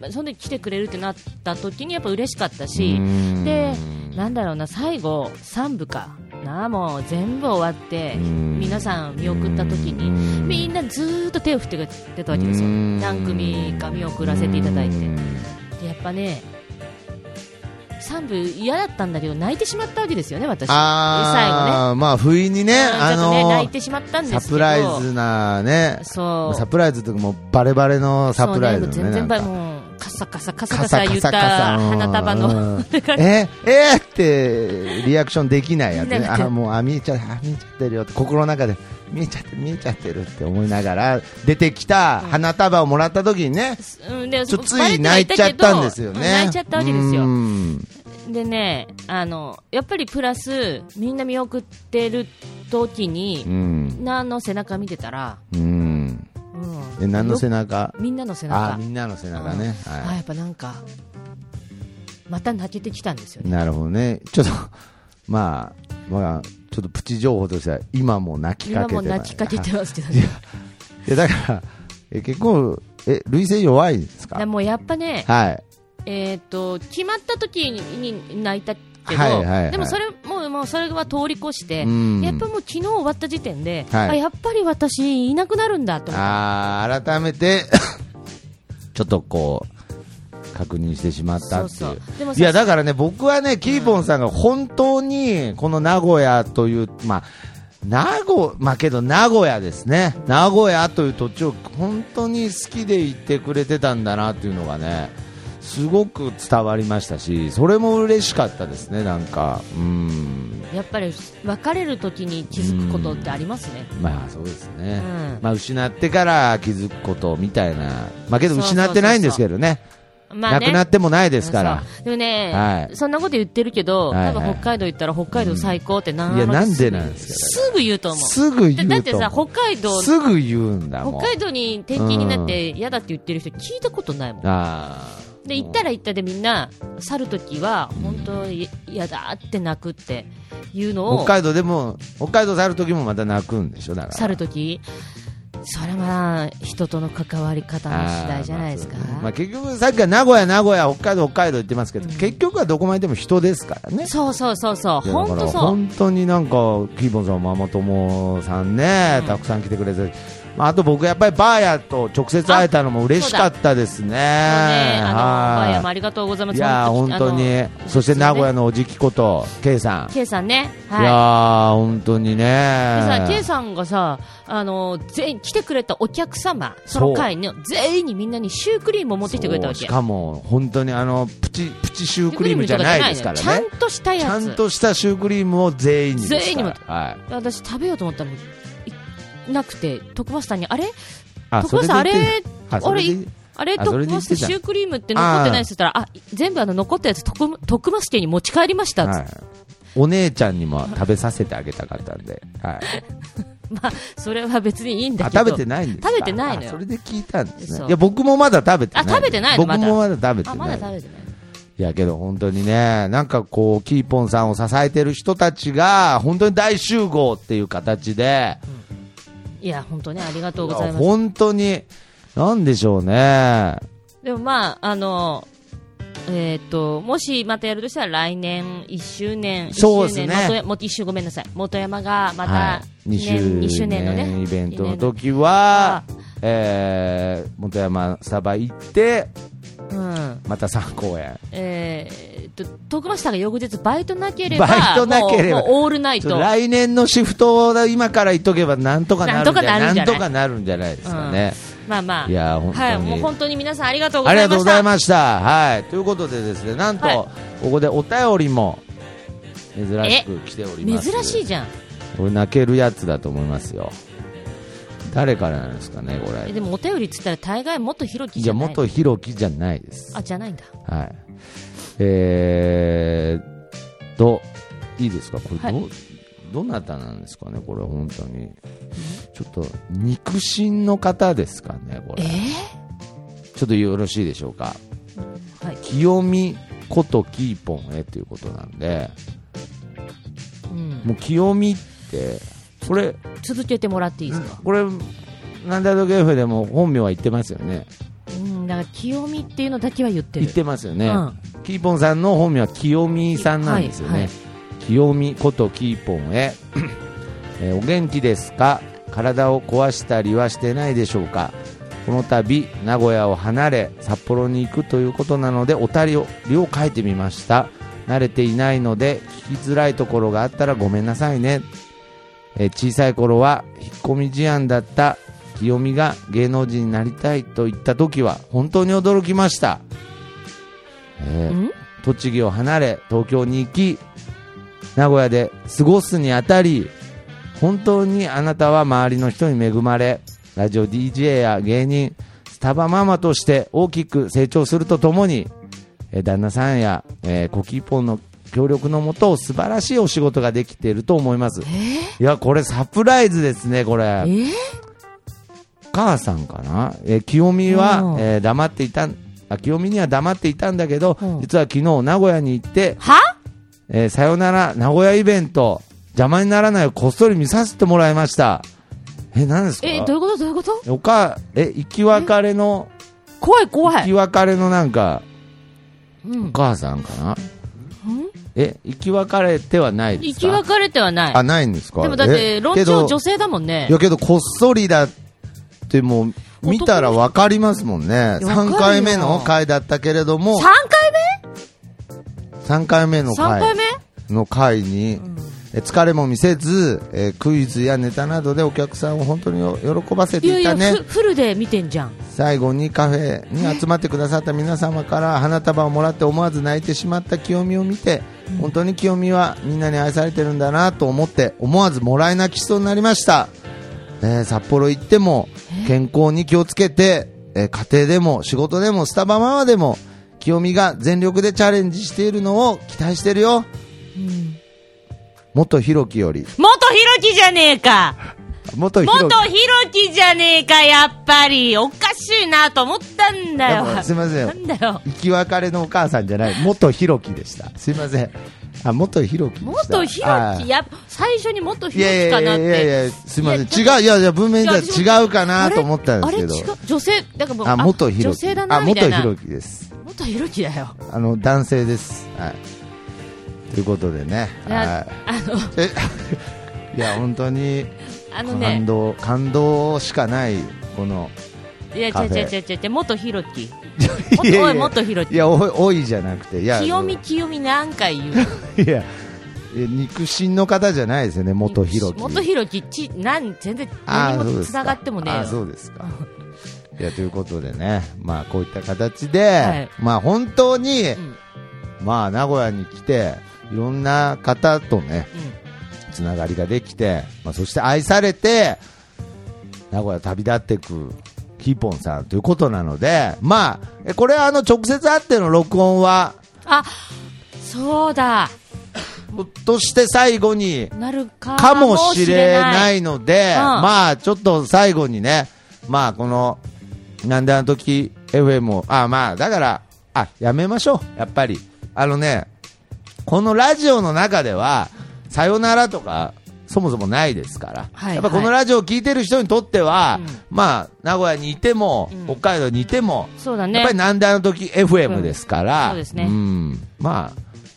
[SPEAKER 1] まあその時来てくれるってなった時にやっぱ嬉しかったし。
[SPEAKER 3] うん
[SPEAKER 1] で、なんだろうな、最後、3部かな、もう全部終わって、
[SPEAKER 3] うん
[SPEAKER 1] 皆さん見送った時
[SPEAKER 3] う
[SPEAKER 1] に、
[SPEAKER 3] ん
[SPEAKER 1] みんなずーっと手を振ってくれてたわけですよ、
[SPEAKER 3] うん
[SPEAKER 1] 何組か見送らせていただいて、
[SPEAKER 3] うん
[SPEAKER 1] でやっぱね、3部嫌だったんだけど、泣いてしまったわけですよね、私、最後ね。
[SPEAKER 3] ああ、まあ不意にね、
[SPEAKER 1] うんちょ
[SPEAKER 3] あ
[SPEAKER 1] っとね、泣い
[SPEAKER 3] の
[SPEAKER 1] てしまったんですけ
[SPEAKER 3] サ
[SPEAKER 1] ど、
[SPEAKER 3] プライズなね、
[SPEAKER 1] そう
[SPEAKER 3] サプライズとかもうバレバレのサプライズ
[SPEAKER 1] そうね
[SPEAKER 3] のね。
[SPEAKER 1] 全然
[SPEAKER 3] な
[SPEAKER 1] ば
[SPEAKER 3] んか
[SPEAKER 1] もうカサカサカサカサ言った花束 <laughs>
[SPEAKER 3] う
[SPEAKER 1] の
[SPEAKER 3] んええーってリアクションできないやつ
[SPEAKER 1] でき
[SPEAKER 3] ね。
[SPEAKER 1] なくて
[SPEAKER 3] あ、もう、あ、見えちゃ、あ、見えちゃってるよって、心の中で、見えちゃってる、見えちゃってるって思いながら、出てきた花束をもらった時にね、
[SPEAKER 1] うんで
[SPEAKER 3] ちょつ
[SPEAKER 1] バレ
[SPEAKER 3] い
[SPEAKER 1] ては
[SPEAKER 3] 泣い
[SPEAKER 1] け
[SPEAKER 3] ち
[SPEAKER 1] ど
[SPEAKER 3] ゃったんですよ
[SPEAKER 1] う
[SPEAKER 3] ね。
[SPEAKER 1] ん泣いちゃったわけですよ
[SPEAKER 3] うん
[SPEAKER 1] でね、あの、やっぱりプラス、みんな見送ってる時
[SPEAKER 3] う
[SPEAKER 1] に、
[SPEAKER 3] ん。
[SPEAKER 1] なの背中見てたら、
[SPEAKER 3] うん。
[SPEAKER 1] うん、
[SPEAKER 3] え何の背中
[SPEAKER 1] みんなの背
[SPEAKER 3] あ
[SPEAKER 1] 中
[SPEAKER 3] みんなの背中ね、
[SPEAKER 1] あ
[SPEAKER 3] は
[SPEAKER 1] やっぱなんかまた泣けてきたんですよ
[SPEAKER 3] い、
[SPEAKER 1] ね
[SPEAKER 3] なるほどねちょっとまあまあちょっとプチ情報としては今も泣きか
[SPEAKER 1] 今
[SPEAKER 3] け
[SPEAKER 1] も
[SPEAKER 3] てます
[SPEAKER 1] 泣きかけてますけど
[SPEAKER 3] <laughs> いやいやだからえ結構え累性弱いんですか
[SPEAKER 1] ねもうやっぱね
[SPEAKER 3] はい
[SPEAKER 1] えー、と決まった時にに泣いたけど、
[SPEAKER 3] はいはいはい
[SPEAKER 1] でもそれもうもうそれは通り越して、
[SPEAKER 3] うん
[SPEAKER 1] やっぱもう昨日終わった時点で、
[SPEAKER 3] はい
[SPEAKER 1] あやっぱり私、いなくなるんだと思っ
[SPEAKER 3] あー改めて <coughs> ちょっとこう確認してしまったっていう
[SPEAKER 1] そうそうでもさ
[SPEAKER 3] いやだからね僕はねキーポンさんが本当にこの名古屋というまあ名古まあけど名古屋ですね名古屋という土地を本当に好きでいてくれてたんだなっていうのがねすごく伝わりましたしそれも嬉しかったですねなんかうん
[SPEAKER 1] てやっぱり別れる時に気づくことってありますね。
[SPEAKER 3] まあそうですね、
[SPEAKER 1] うん
[SPEAKER 3] まあ失ってから気づくことみたいなまあけど
[SPEAKER 1] そうそうそうそう
[SPEAKER 3] 失ってないんですけどね
[SPEAKER 1] まあ
[SPEAKER 3] なくなってもないですから。
[SPEAKER 1] そうでもね、
[SPEAKER 3] はい
[SPEAKER 1] そんなこと言ってるけど、
[SPEAKER 3] はいはい
[SPEAKER 1] なんか北海道行ったら北海道最高って何
[SPEAKER 3] いやなんでなんですか
[SPEAKER 1] すぐ言うと思う
[SPEAKER 3] すぐ言うと思う
[SPEAKER 1] だだってさ北海道
[SPEAKER 3] すぐ言うんだもん
[SPEAKER 1] 北海道に転勤になって嫌だって言ってる人聞いたことないもん
[SPEAKER 3] あー
[SPEAKER 1] で行ったら行ったでみんな去るときは本当に嫌だって泣くっていうの
[SPEAKER 3] 北
[SPEAKER 1] を
[SPEAKER 3] 海道でも北海道去る時もまた泣くんでしょだから
[SPEAKER 1] 去るときそれは人との関わり方の次第じゃないですか
[SPEAKER 3] あーまあそうねまあ、結局さっきは名古屋名古屋北海道北海道言ってますけど、結局はどこまででも人ですからね
[SPEAKER 1] そうそうそうそう
[SPEAKER 3] いやだ
[SPEAKER 1] 本
[SPEAKER 3] から
[SPEAKER 1] 当そう
[SPEAKER 3] 本当になんかキーボンさんママ友さんね、たくさん来てくれて、まあ、あと僕やっぱりバーヤと直接会えたのも嬉しかったですね
[SPEAKER 1] もうねあの
[SPEAKER 3] はい
[SPEAKER 1] バイヤもありがとうございます
[SPEAKER 3] いやー本当にそして名古屋
[SPEAKER 1] の
[SPEAKER 3] のおじきこと、K さん、
[SPEAKER 1] K さんね
[SPEAKER 3] い、や
[SPEAKER 1] は
[SPEAKER 3] ー本当にね
[SPEAKER 1] いでさ K さんがさあの全員来てくれたお客様そ
[SPEAKER 3] そ
[SPEAKER 1] の
[SPEAKER 3] う
[SPEAKER 1] 会の全員にみんなにシュークリームを持ってきてくれたわ
[SPEAKER 3] そう
[SPEAKER 1] け
[SPEAKER 3] しかも本当にあのプチプチシュークリームじゃないですからね
[SPEAKER 1] ちゃんとした
[SPEAKER 3] ち
[SPEAKER 1] や
[SPEAKER 3] ゃ
[SPEAKER 1] つ
[SPEAKER 3] んとしたシュークリームを全員にです
[SPEAKER 1] 全員
[SPEAKER 3] か
[SPEAKER 1] に
[SPEAKER 3] ら
[SPEAKER 1] も
[SPEAKER 3] はい、
[SPEAKER 1] 私食べようと思ったのいなくて徳橋さんにあれ
[SPEAKER 3] あ
[SPEAKER 1] 徳橋さんあれ
[SPEAKER 3] そであ
[SPEAKER 1] あ
[SPEAKER 3] そ
[SPEAKER 1] れ
[SPEAKER 3] れで
[SPEAKER 1] いあれ
[SPEAKER 3] あそ
[SPEAKER 1] 徳
[SPEAKER 3] れで言
[SPEAKER 1] 橋
[SPEAKER 3] っ
[SPEAKER 1] さ
[SPEAKER 3] て
[SPEAKER 1] ん
[SPEAKER 3] た
[SPEAKER 1] シュークリームって残ってないですって言ったらあ全部あの残ったやつ徳徳橋家に持ち帰りましたっつって、
[SPEAKER 3] はいお姉ちゃんにも食べさせてあげたかったんで、はい、
[SPEAKER 1] まあそれは別にいいんだ
[SPEAKER 3] あ
[SPEAKER 1] けど
[SPEAKER 3] 食べてないんですか
[SPEAKER 1] 食べてないのよ
[SPEAKER 3] あそれで聞いたんです
[SPEAKER 1] そ
[SPEAKER 3] ね
[SPEAKER 1] う
[SPEAKER 3] いや僕もまだ食べてない
[SPEAKER 1] あ食べてないのまだ
[SPEAKER 3] 僕もまだ食べてない
[SPEAKER 1] あまだ食べてない
[SPEAKER 3] いやけど本当にね、なんかこう、キーポンさんを支えてる人たちが、本当に大集合っていう形で、
[SPEAKER 1] いや本当ねありがとうございます
[SPEAKER 3] 本当に、なんでしょうね。
[SPEAKER 1] でもまああのえー、ともしまたやるとしたら来年1周年一
[SPEAKER 3] そうです
[SPEAKER 1] 周
[SPEAKER 3] ね
[SPEAKER 1] 年元やも一周ごめんなさい元山がま
[SPEAKER 3] は
[SPEAKER 1] た
[SPEAKER 3] い、
[SPEAKER 1] 2周,、
[SPEAKER 3] 2
[SPEAKER 1] 2周
[SPEAKER 3] 周
[SPEAKER 1] 年の
[SPEAKER 3] 年
[SPEAKER 1] ね
[SPEAKER 3] イベントの
[SPEAKER 1] 記
[SPEAKER 3] 時は
[SPEAKER 1] あ、
[SPEAKER 3] えー、元山サバ行って、
[SPEAKER 1] 念のうん、
[SPEAKER 3] また3公演。
[SPEAKER 1] えー、と徳松さんが翌日バイトなければ
[SPEAKER 3] バイトなければ
[SPEAKER 1] もうもうオールナイ
[SPEAKER 3] ちょっと
[SPEAKER 1] ト
[SPEAKER 3] 来年のシフトを今から言っとけばなんとかなるんじゃ
[SPEAKER 1] なんとかなるんじゃない
[SPEAKER 3] とかなるんじゃないですかね。
[SPEAKER 1] まあまあ
[SPEAKER 3] いや本当に
[SPEAKER 1] はい、もう本当に皆さんありがとうご
[SPEAKER 3] あり
[SPEAKER 1] ざいま
[SPEAKER 3] がとうご
[SPEAKER 1] し
[SPEAKER 3] ざ
[SPEAKER 1] た
[SPEAKER 3] いました。はい。ということでですね、なんと、
[SPEAKER 1] はい
[SPEAKER 3] ここでお便りも、珍しく来ております。
[SPEAKER 1] 珍しいじゃん
[SPEAKER 3] これ泣けるやつだと思いますよ。誰からなんですかね、こ
[SPEAKER 1] え
[SPEAKER 3] れ。
[SPEAKER 1] でもお便りっつったら大概元ひろき
[SPEAKER 3] い
[SPEAKER 1] じ
[SPEAKER 3] や、
[SPEAKER 1] ゃない
[SPEAKER 3] 元ひろきじゃないです。
[SPEAKER 1] あじゃないんだ
[SPEAKER 3] はい。えーと、いいですか、これど、
[SPEAKER 1] はい
[SPEAKER 3] どなたなんですかね、これ、本当に。ちょっと、肉親の方ですかね、こ
[SPEAKER 1] え
[SPEAKER 3] れ。ちょっとよろしいでしょうか。
[SPEAKER 1] ー、はい、
[SPEAKER 3] 清美ことキーポンへということなんで、
[SPEAKER 1] うん、
[SPEAKER 3] もう清美って、これ、
[SPEAKER 1] 続けてもらっていいですか、
[SPEAKER 3] これ、なんだとゲーフでも本名は言ってますよね。
[SPEAKER 1] うん、だから清美っていうのだけは言ってる
[SPEAKER 3] 言ってますよね。
[SPEAKER 1] うん
[SPEAKER 3] キーポンさんの本名は清美さんなんですよね。
[SPEAKER 1] はいはい
[SPEAKER 3] 清美ことキーポンへ、 <clears throat> えーお元気ですか体を壊したりはしてないでしょうかこの度名古屋を離れ札幌に行くということなのでお便りを書変えてみました慣れていないので聞きづらいところがあったらごめんなさいねえー小さい頃は引っ込み思案だった清美が芸能人になりたいと言った時は本当に驚きました、えー
[SPEAKER 1] ん
[SPEAKER 3] 栃木を離れ東京に行き名古屋で過ごすにあたり本当にあなたは周りの人に恵まれラジオ DJ や芸人スタバママとして大きく成長するとともにえー旦那さんや、えーコキーポンの協力のもと素晴らしいお仕事ができていると思いますいやこれサプライズですねこれ
[SPEAKER 1] えー、
[SPEAKER 3] 母さんかな、えー清美は、
[SPEAKER 1] うん
[SPEAKER 3] えー黙っていたんあ清美には黙っていたんだけど、
[SPEAKER 1] うん
[SPEAKER 3] 実は昨日名古屋に行って、
[SPEAKER 1] は
[SPEAKER 3] えーさよなら名古屋イベント邪魔にならないをこっそり見させてもらいましたえ何ですか
[SPEAKER 1] え、どういうことどういうこと
[SPEAKER 3] おかえ生き別れの
[SPEAKER 1] 怖い怖
[SPEAKER 3] 生き
[SPEAKER 1] い。
[SPEAKER 3] 別れのなんか
[SPEAKER 1] う
[SPEAKER 3] お
[SPEAKER 1] ん。
[SPEAKER 3] 母さんかな、え生き別れてはないで
[SPEAKER 1] 生
[SPEAKER 3] す
[SPEAKER 1] き
[SPEAKER 3] か
[SPEAKER 1] 別れてはない。
[SPEAKER 3] あないんですか
[SPEAKER 1] でもだって、
[SPEAKER 3] え
[SPEAKER 1] 論
[SPEAKER 3] け
[SPEAKER 1] 調
[SPEAKER 3] ど
[SPEAKER 1] 女性だもんね
[SPEAKER 3] いや。けど、こっそりだってもう、見たらわかりますもんね。
[SPEAKER 1] いやわかるよ
[SPEAKER 3] 3回目の回だったけれども
[SPEAKER 1] 3、回
[SPEAKER 3] 3回
[SPEAKER 1] 目
[SPEAKER 3] 目の
[SPEAKER 1] ?3 回
[SPEAKER 3] 回
[SPEAKER 1] 目
[SPEAKER 3] の回に、え疲れも見せず、えークイズやネタなどでお客さんを本当に喜ばせ
[SPEAKER 1] いや
[SPEAKER 3] て
[SPEAKER 1] い
[SPEAKER 3] いた
[SPEAKER 1] や、
[SPEAKER 3] ね。
[SPEAKER 1] フフルで見てんじゃん。
[SPEAKER 3] 最後にカフェに集まってくださった皆様から花束をもらって思わず泣いてしまった清美を見て、本当に清美はみんなに愛されてるんだなと思って思わずもらい泣きしそうになりました、えー札幌行っても健康に気をつけて、えー家庭でも仕事でもスタバママでも清美が全力でチャレンジしているのを期待してるよ元ひろきより
[SPEAKER 1] 元ひろきじゃねえか
[SPEAKER 3] 元 <laughs> ひ
[SPEAKER 1] 元
[SPEAKER 3] ろき
[SPEAKER 1] ひろきじゃねえか、やっぱりおかしいなと思ったんだ
[SPEAKER 3] でも
[SPEAKER 1] よ
[SPEAKER 3] すいません
[SPEAKER 1] なんだよ
[SPEAKER 3] 生き別れのお母さんじゃない元ひろきでしたすいませんあ元ひろきでした
[SPEAKER 1] 元ひろ
[SPEAKER 3] あ
[SPEAKER 1] き、やっぱ最初に元ひ
[SPEAKER 3] い
[SPEAKER 1] ろ
[SPEAKER 3] やい
[SPEAKER 1] きか
[SPEAKER 3] やい
[SPEAKER 1] なっ
[SPEAKER 3] や
[SPEAKER 1] て。
[SPEAKER 3] いやいやすいません
[SPEAKER 1] いや
[SPEAKER 3] 違ういやいや文面じゃ
[SPEAKER 1] いや
[SPEAKER 3] 違うかなと思ったんですけど
[SPEAKER 1] あれあれ違う女性、だからもう、
[SPEAKER 3] あ元ひろ
[SPEAKER 1] 女性
[SPEAKER 3] き
[SPEAKER 1] だな
[SPEAKER 3] あ
[SPEAKER 1] みた
[SPEAKER 3] 元
[SPEAKER 1] い
[SPEAKER 3] ひろ
[SPEAKER 1] な。
[SPEAKER 3] きです
[SPEAKER 1] 元ひろきだよ。
[SPEAKER 3] あの男性ですはいということでね
[SPEAKER 1] いや
[SPEAKER 3] は、
[SPEAKER 1] あの、
[SPEAKER 3] いえ <laughs> いや本当に
[SPEAKER 1] あの
[SPEAKER 3] 感
[SPEAKER 1] ね、
[SPEAKER 3] 動感動しかないこの
[SPEAKER 1] いや、
[SPEAKER 3] カ
[SPEAKER 1] 違う
[SPEAKER 3] フェ
[SPEAKER 1] 違う違う違う、元ひろき。
[SPEAKER 3] <laughs> いやいや
[SPEAKER 1] おい、元ひろ
[SPEAKER 3] い
[SPEAKER 1] き。
[SPEAKER 3] やおいおいじゃなくていや
[SPEAKER 1] 清美清美何回言う
[SPEAKER 3] いや、え肉親の方じゃないですよね、元ひろき。
[SPEAKER 1] 元ひろき、ち、なん、全然、
[SPEAKER 3] あ
[SPEAKER 1] 何
[SPEAKER 3] ーそう
[SPEAKER 1] も
[SPEAKER 3] ですか
[SPEAKER 1] 繋がってもねえ
[SPEAKER 3] あー
[SPEAKER 1] よ
[SPEAKER 3] そうです
[SPEAKER 1] <laughs>
[SPEAKER 3] か。いや、ということでね、まあ、こういった形で、
[SPEAKER 1] はい
[SPEAKER 3] まあ、本当に、
[SPEAKER 1] ん
[SPEAKER 3] まあ、名古屋に来て、いろんな方とね、つながりができて、まあ、そして愛されて、名古屋旅立ってく、ヒーポンさんということなので、まあ、えこれはあの、直接会っての録音は、
[SPEAKER 1] あ、そうだ。
[SPEAKER 3] ひょっとして最後に、
[SPEAKER 1] なるか。
[SPEAKER 3] かもしれないいので、
[SPEAKER 1] うん
[SPEAKER 3] まあちょっと最後にね、まあこの、なんであの時 FM を、あまあだから、あやめましょう、やっぱり。あのね、このラジオの中では、さよならとか、そもそもないですから、
[SPEAKER 1] はい
[SPEAKER 3] やっぱこの
[SPEAKER 1] はい
[SPEAKER 3] ラジオを聞いてる人にとっては、
[SPEAKER 1] うん
[SPEAKER 3] まあ名古屋にいても、
[SPEAKER 1] うん
[SPEAKER 3] 北海道にいても、
[SPEAKER 1] そうだ
[SPEAKER 3] やっ
[SPEAKER 1] ね
[SPEAKER 3] ぱり。なんであの時 FM ですから、
[SPEAKER 1] うんそうですね
[SPEAKER 3] んまあ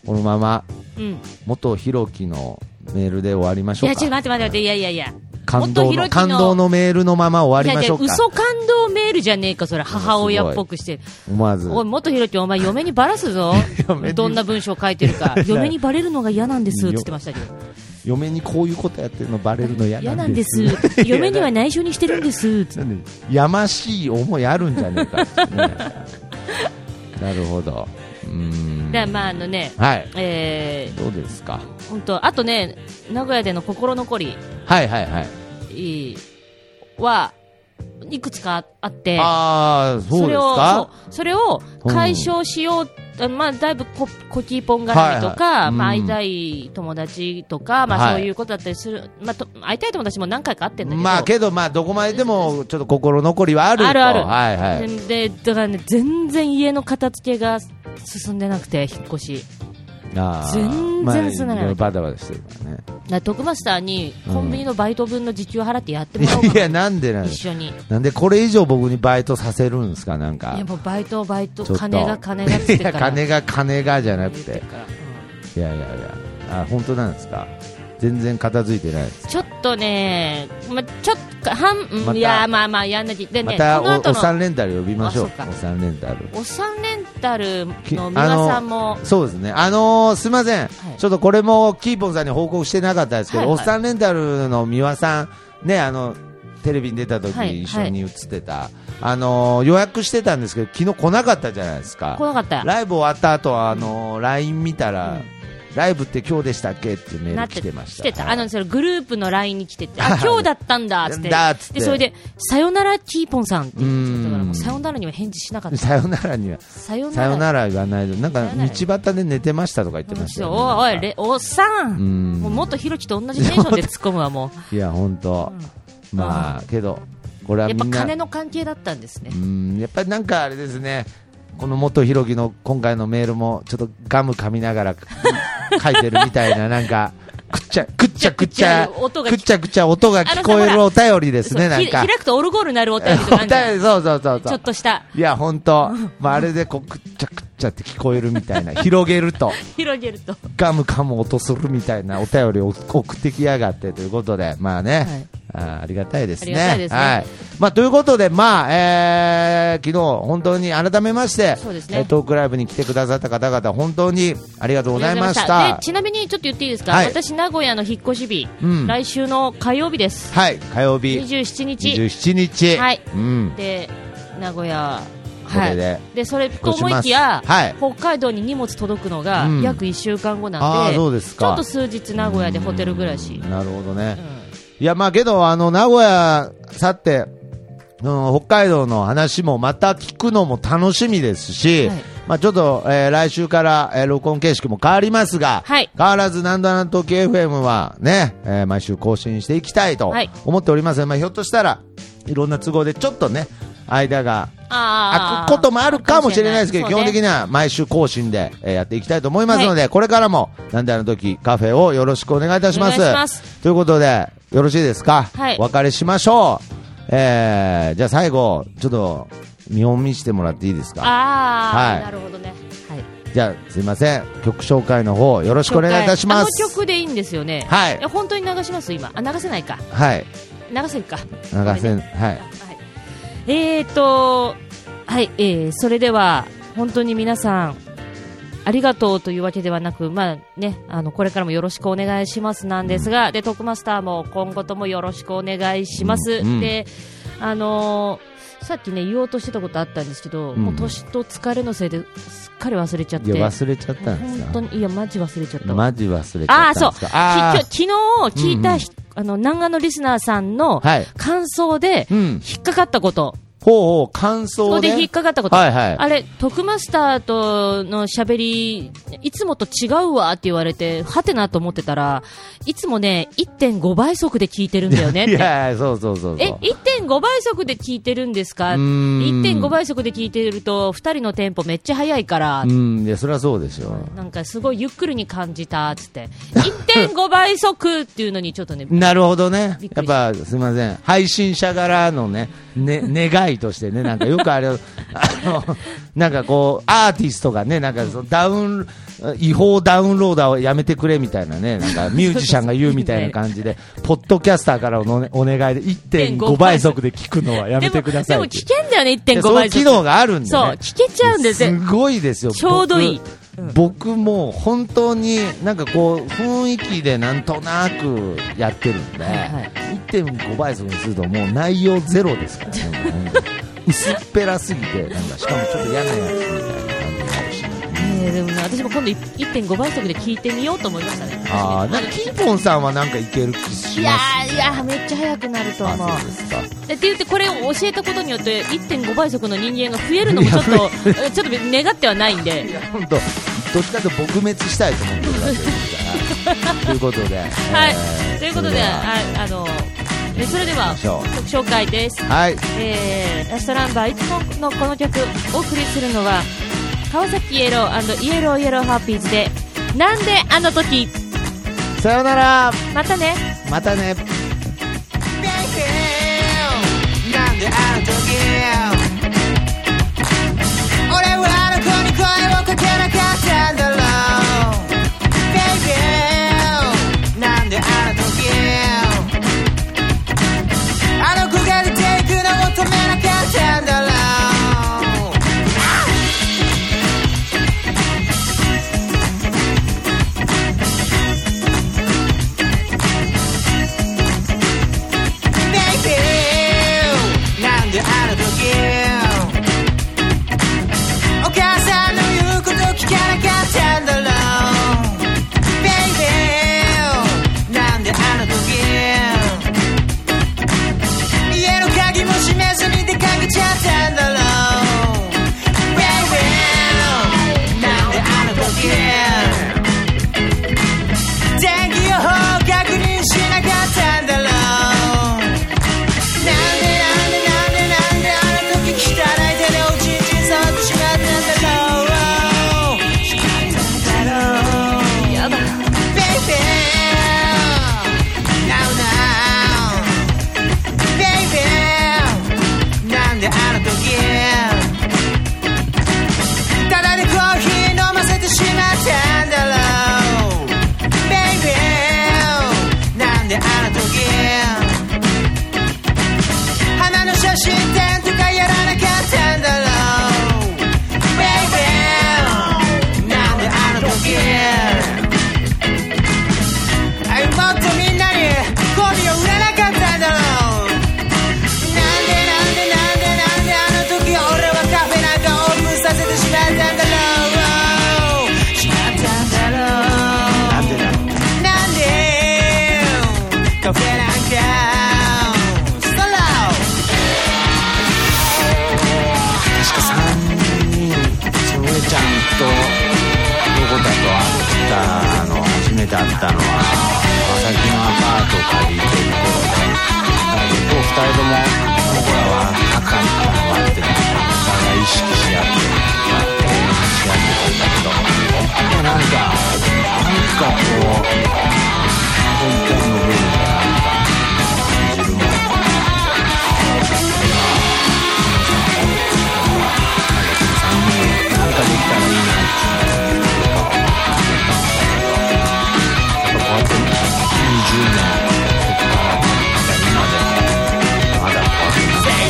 [SPEAKER 3] このまま
[SPEAKER 1] うん。
[SPEAKER 3] 元ひろきのメールで終わりまし
[SPEAKER 1] い
[SPEAKER 3] ょう
[SPEAKER 1] や、
[SPEAKER 3] か。
[SPEAKER 1] ちょっと待って待って待って、いやいやいや。
[SPEAKER 3] 感動
[SPEAKER 1] 元ひろ
[SPEAKER 3] の
[SPEAKER 1] き
[SPEAKER 3] 感動のメールのまま終わりましょう
[SPEAKER 1] いや
[SPEAKER 3] か。
[SPEAKER 1] いや嘘感動メールじゃねえか、それ。母親っぽくして。
[SPEAKER 3] 思わず。
[SPEAKER 1] おい、元ひろき、お前、嫁にばらすぞ
[SPEAKER 3] <laughs> 嫁に。
[SPEAKER 1] どんな文章書いてるか。
[SPEAKER 3] <laughs>
[SPEAKER 1] 嫁にばれるのが嫌なんです、
[SPEAKER 3] よ
[SPEAKER 1] って言ってましたけど。
[SPEAKER 3] 嫁にこういうことやってるのバレるの嫌
[SPEAKER 1] 嫌な
[SPEAKER 3] なん
[SPEAKER 1] ん
[SPEAKER 3] で。
[SPEAKER 1] ですす。
[SPEAKER 3] <laughs>
[SPEAKER 1] 嫁には内緒にしてるんです、って
[SPEAKER 3] なんでやましい思いあるんじゃねえかって
[SPEAKER 1] <laughs>
[SPEAKER 3] ね、なるほど。うーん。
[SPEAKER 1] だからまあ、あのね、
[SPEAKER 3] はい。
[SPEAKER 1] え
[SPEAKER 3] どうですか。
[SPEAKER 1] ー、本当あとね、名古屋での心残り
[SPEAKER 3] はいはいはい。
[SPEAKER 1] いいは、いくつかあって。
[SPEAKER 3] ああ、そう
[SPEAKER 1] そ
[SPEAKER 3] で
[SPEAKER 1] れ
[SPEAKER 3] す
[SPEAKER 1] を
[SPEAKER 3] か。
[SPEAKER 1] そうそれを解消しよう、あまあ、だいぶココキーポン絡みとか、
[SPEAKER 3] はいはいうん
[SPEAKER 1] まあ、会いたい友達とか、ま
[SPEAKER 3] は
[SPEAKER 1] あ、
[SPEAKER 3] い
[SPEAKER 1] そういうことだったりする、まあと、会いたい友達も何回か会ってんだけど、
[SPEAKER 3] まあけど、まあどこまででもちょっと心残りはあると。
[SPEAKER 1] あるある
[SPEAKER 3] はいはい。
[SPEAKER 1] でだからね、全然家の片付けが進んでなくて、引っ越し、
[SPEAKER 3] あー
[SPEAKER 1] 全然すんならない
[SPEAKER 3] まあバタバタしてるからね。
[SPEAKER 1] だから徳マスターに
[SPEAKER 3] うん
[SPEAKER 1] コンビニのバイト分の時給払ってやってもらおうか
[SPEAKER 3] <laughs> い
[SPEAKER 1] な、
[SPEAKER 3] や、なんでなんで
[SPEAKER 1] 一緒に。
[SPEAKER 3] なんでこれ以上僕にバイトさせるんですか、なんか。
[SPEAKER 1] いやもうバイト、バイト、
[SPEAKER 3] ちょっと
[SPEAKER 1] 金が金がっつって
[SPEAKER 3] <laughs> い
[SPEAKER 1] か
[SPEAKER 3] や
[SPEAKER 1] ら。
[SPEAKER 3] 金が金がじゃなく
[SPEAKER 1] 言って
[SPEAKER 3] て
[SPEAKER 1] からうん
[SPEAKER 3] いやいやいやあ本当なんですか全然片付いてないです
[SPEAKER 1] ちょっとね、ま、ちょっと、はん、うん
[SPEAKER 3] また
[SPEAKER 1] いや、まあまあ、やんなきゃ。で
[SPEAKER 3] ま
[SPEAKER 1] ね、
[SPEAKER 3] た
[SPEAKER 1] この
[SPEAKER 3] お
[SPEAKER 1] 後
[SPEAKER 3] おさ
[SPEAKER 1] の、
[SPEAKER 3] んレンタル呼びましょう
[SPEAKER 1] あそうか
[SPEAKER 3] おさんレンタル
[SPEAKER 1] おっさんレンタル
[SPEAKER 3] き
[SPEAKER 1] の皆さんも
[SPEAKER 3] あの、そうですねあのーすいません、ちょっとこれもキーポンさんに報告してなかったですけど、
[SPEAKER 1] はいはい
[SPEAKER 3] おっさんレンタルの三輪さんねあのテレビに出た時
[SPEAKER 1] はい
[SPEAKER 3] 一緒に映ってた、あのー予約してたんですけど昨日来なかったじゃないですか
[SPEAKER 1] 来なかった。
[SPEAKER 3] ライブ終わった後はあのー LINE 見たら、
[SPEAKER 1] うん
[SPEAKER 3] ライブって今日でしたっけってメー
[SPEAKER 1] な
[SPEAKER 3] ル来てまし
[SPEAKER 1] 来
[SPEAKER 3] た。
[SPEAKER 1] てた。あ
[SPEAKER 3] は
[SPEAKER 1] の、
[SPEAKER 3] い
[SPEAKER 1] それグループの LINE に来てて、あ、今日だったんだ、つって。
[SPEAKER 3] だっつって
[SPEAKER 1] で、それで、さよならキーポンさんって言ってたから、
[SPEAKER 3] うん
[SPEAKER 1] もうさよならには返事しなかった。
[SPEAKER 3] <laughs> さよならには、
[SPEAKER 1] さよ
[SPEAKER 3] さ
[SPEAKER 1] な
[SPEAKER 3] よ
[SPEAKER 1] ら。
[SPEAKER 3] なら言わないで、なんか
[SPEAKER 1] さよなら
[SPEAKER 3] 道端で寝てましたとか言ってましたよね、
[SPEAKER 1] おおい、
[SPEAKER 3] なんか
[SPEAKER 1] れおっさ。
[SPEAKER 3] うんん <laughs>
[SPEAKER 1] もう元ひろきと同じテンションで突っ込むわ、もう。
[SPEAKER 3] いや、本当、まあ、けど、これは
[SPEAKER 1] や
[SPEAKER 3] み
[SPEAKER 1] っ
[SPEAKER 3] んな
[SPEAKER 1] ぱ金の関係だったんですね
[SPEAKER 3] う。んやっぱりなんかあれですね、この元弘樹の今回のメールも、ちょっとガム噛みな
[SPEAKER 1] <laughs>
[SPEAKER 3] がら書いてるみたいな、なんか、くっちゃ、くっちゃくっちゃ、
[SPEAKER 1] くっちゃくっちゃ音が
[SPEAKER 3] くっちゃくっちゃ音が聞こえるお便りですね、
[SPEAKER 1] そ
[SPEAKER 3] な
[SPEAKER 1] うんひ
[SPEAKER 3] か
[SPEAKER 1] 開。くとオルゴールなるお便りと
[SPEAKER 3] <laughs> お
[SPEAKER 1] なんか
[SPEAKER 3] 便り、そうそうそう
[SPEAKER 1] ち
[SPEAKER 3] そ
[SPEAKER 1] ょっ
[SPEAKER 3] う。
[SPEAKER 1] とした
[SPEAKER 3] いや、本当まあ、あれでこう、くっちゃくっちゃって聞こえるみ
[SPEAKER 1] <laughs>
[SPEAKER 3] たいな、広げると、
[SPEAKER 1] 広げると。
[SPEAKER 3] ガム噛む音するみたいなお便りを送ってきやがってということで、まあね、
[SPEAKER 1] はい
[SPEAKER 3] あーありがたいですね。
[SPEAKER 1] ありがたいですね
[SPEAKER 3] はいまあ、ということで、まあえー昨日、本当に改めまして、
[SPEAKER 1] そうですね
[SPEAKER 3] えートークライブに来てくださった方々、本当にありがとうございまし
[SPEAKER 1] ありがとうございました
[SPEAKER 3] た
[SPEAKER 1] で。ちなみにちょっと言っていいですか、
[SPEAKER 3] はい
[SPEAKER 1] 私、名古屋の引っ越し日、
[SPEAKER 3] うん
[SPEAKER 1] 来週の火曜日です、
[SPEAKER 3] はい、火曜日
[SPEAKER 1] 27日、
[SPEAKER 3] 27日、
[SPEAKER 1] はい
[SPEAKER 3] うん、
[SPEAKER 1] で名古屋、
[SPEAKER 3] これで
[SPEAKER 1] でそれと思いきや、
[SPEAKER 3] 引っ越しますはい
[SPEAKER 1] 北海道に荷物届くのが
[SPEAKER 3] うん
[SPEAKER 1] 約1週間後
[SPEAKER 3] あ
[SPEAKER 1] なん
[SPEAKER 3] あ
[SPEAKER 1] で、
[SPEAKER 3] そうです
[SPEAKER 1] ちょっ
[SPEAKER 3] か
[SPEAKER 1] と。数日、名古屋でホテル暮らし
[SPEAKER 3] うん。なるほどね。
[SPEAKER 1] う
[SPEAKER 3] いや、まあけど、あの、名古屋去って、うん、北海道の話もまた聞くのも楽しみですし、
[SPEAKER 1] はい
[SPEAKER 3] まあちょっと、えー来週から、えー録音形式も変わりますが、
[SPEAKER 1] はい
[SPEAKER 3] 変わらずなんだなんと KFM はね、えー毎週更新していきたいと
[SPEAKER 1] はい
[SPEAKER 3] 思っております、まあひょっとしたらいろんな都合でちょっとね、間が
[SPEAKER 1] んあ
[SPEAKER 3] 開くこともあるかもしれないですけど、基本的
[SPEAKER 1] に
[SPEAKER 3] には毎週更新で、えーやっていきたいと思いますので、これからも、なんであの時カフェをよろしくお願いいたします。
[SPEAKER 1] お願いします
[SPEAKER 3] ということで、よろしいですか、
[SPEAKER 1] はい
[SPEAKER 3] お別れしましょう。えー、じゃあ最後、ちょっと、見本見してもらっていいですか
[SPEAKER 1] ああ、
[SPEAKER 3] はい
[SPEAKER 1] なるほどね、はい、よ
[SPEAKER 3] じゃあ、すいません。曲紹介の方、よろ
[SPEAKER 1] ろ
[SPEAKER 3] しくお願いいたします。
[SPEAKER 1] あの曲でいいんですよね、
[SPEAKER 3] はい
[SPEAKER 1] や本当に流します、今、あ流せないか、
[SPEAKER 3] はい。
[SPEAKER 1] 流せるか、
[SPEAKER 3] 流せ
[SPEAKER 1] ごめ
[SPEAKER 3] ん、
[SPEAKER 1] んね
[SPEAKER 3] はい。
[SPEAKER 1] はい、えーと、はい、えー、それでは、本当に皆さん、ありがとうというわけではなく、まあね、あの、これからもよろしくお願いしますなんですが、で、トークマスターも今後ともよろしくお願いします。
[SPEAKER 3] うんうん
[SPEAKER 1] で、あのーさっきね、言おうとしてたことあったんですけど、
[SPEAKER 3] ん
[SPEAKER 1] もう年と疲れのせいですっかり忘れちゃって。
[SPEAKER 3] いや、忘れちゃったんです
[SPEAKER 1] 本当
[SPEAKER 3] か
[SPEAKER 1] に、いや、マジ忘れちゃったわ。
[SPEAKER 3] マジ忘れちゃ
[SPEAKER 1] あ
[SPEAKER 3] っ
[SPEAKER 1] あ、
[SPEAKER 3] た
[SPEAKER 1] そ
[SPEAKER 3] ん
[SPEAKER 1] う。
[SPEAKER 3] で
[SPEAKER 1] き
[SPEAKER 3] す
[SPEAKER 1] き
[SPEAKER 3] か
[SPEAKER 1] ょ
[SPEAKER 3] あ
[SPEAKER 1] 昨日聞いたひ、あの、南岸のリスナーさんの
[SPEAKER 3] はい
[SPEAKER 1] 感想で、
[SPEAKER 3] うん
[SPEAKER 1] 引っかかったこと、
[SPEAKER 3] ほうほう、感想
[SPEAKER 1] そ
[SPEAKER 3] で。
[SPEAKER 1] れで引っかかったこと、
[SPEAKER 3] はいはい
[SPEAKER 1] あれ、徳マスターとの喋り、いつもと違うわって言われて、はてなと思ってたら、いつもね、1.5倍速で聞いてるんだよねっ
[SPEAKER 3] い
[SPEAKER 1] て。
[SPEAKER 3] やい
[SPEAKER 1] <laughs>
[SPEAKER 3] や、そうそうそうそう。
[SPEAKER 1] え、1.5倍速で聞いてるんですか
[SPEAKER 3] うーん
[SPEAKER 1] ?1.5 倍速で聞いてると、2人のテンポめっちゃ速いから
[SPEAKER 3] う、ん、いや、それはそうですよ。
[SPEAKER 1] なんかすごいゆっくりに感じた、つって。1.5倍速っていうのにちょっとね、
[SPEAKER 3] <laughs> なるほどね
[SPEAKER 1] びっ。く
[SPEAKER 3] やっ
[SPEAKER 1] りした
[SPEAKER 3] ぱ、すみません。配信者柄のね、
[SPEAKER 1] <laughs>
[SPEAKER 3] ね、願いとしてね、なんかよくあれを、あの、なんかこう、アーティストがね、なんかそのダウン、違法ダウンローダーをやめてくれみたいなね、なんかミュージシャンが言うみたいな感
[SPEAKER 1] <laughs>
[SPEAKER 3] じで、ポッドキャスターからのねお願いで1.5
[SPEAKER 1] 1.5
[SPEAKER 3] 倍速で聞くのはやめ
[SPEAKER 1] で
[SPEAKER 3] て
[SPEAKER 1] も、
[SPEAKER 3] くだ
[SPEAKER 1] で
[SPEAKER 3] さいっ
[SPEAKER 1] も
[SPEAKER 3] て。
[SPEAKER 1] 聞けんだよね、
[SPEAKER 3] でそ
[SPEAKER 1] 1.5
[SPEAKER 3] の
[SPEAKER 1] 倍
[SPEAKER 3] 機
[SPEAKER 1] 速。
[SPEAKER 3] 能があるんで、ね。
[SPEAKER 1] そう、聞けちゃうんですよ。
[SPEAKER 3] すごいですよ。
[SPEAKER 1] ちょうどいい
[SPEAKER 3] 僕。僕もう本当になんかこう雰囲気でなんとなくやってるんで、
[SPEAKER 1] はいはい
[SPEAKER 3] 1.5倍速にするともう内容ゼロですからね。
[SPEAKER 1] <laughs>
[SPEAKER 3] もうなんか薄っぺらすぎて、なんかしかもちょっと嫌なやつみたいな感じになるし。
[SPEAKER 1] えーでもね、私も今度い1.5倍速で聞いてみようと思いましたね。
[SPEAKER 3] ああ、なんかキーポンさんはなんかいける気
[SPEAKER 1] い
[SPEAKER 3] し
[SPEAKER 1] や
[SPEAKER 3] ます。
[SPEAKER 1] ーいやーめっちゃ早くなると思う。
[SPEAKER 3] あそうですか。
[SPEAKER 1] でって言ってこれを教えたことによって1.5倍速の人間が増えるのもちょっとえちょっと願ってはないん
[SPEAKER 3] い
[SPEAKER 1] で。
[SPEAKER 3] や本当どっちかというと撲滅したいと思ってるわけです
[SPEAKER 1] <laughs>
[SPEAKER 3] から。ということで。
[SPEAKER 1] はい
[SPEAKER 3] えー。
[SPEAKER 1] ということ
[SPEAKER 3] そ
[SPEAKER 1] で、
[SPEAKER 3] れは
[SPEAKER 1] ああのえそれでは
[SPEAKER 3] そう
[SPEAKER 1] 曲紹介です。
[SPEAKER 3] はい。
[SPEAKER 1] えーラストナンバーいつものこの曲お送りするのは川崎イエローイエローイエローハッピーズでなんであの時
[SPEAKER 3] さよなら。
[SPEAKER 1] またね。
[SPEAKER 3] またね。
[SPEAKER 4] なんであの時俺はあの子に声をかけなかったんだろう Baby なんであの時あの子が出ていくのを止めなかったんだろう「なんであの時であの時花の写真展とかやらなかったんだろう Baby なんであの時あいもっとみんなにゴミを売らなかったんだろうなんでなんでなんでなんであの時俺はカフェなんかオープンさせてしまったんだろうしまったんだろうなんでカフェなんかソロ
[SPEAKER 5] 確か3人それちゃんとどこだと会ったの初めて会ったのは川崎のアパート借りてる頃でだ結構2人とも僕らは仲にハマってたお互い意識し合って意識し合ってたんだけどでもなんかなんかこう本当の部分がなんか感じるものなんかできたらいいなっていうのがやっぱこうやって20年ここから今でまだこうやっ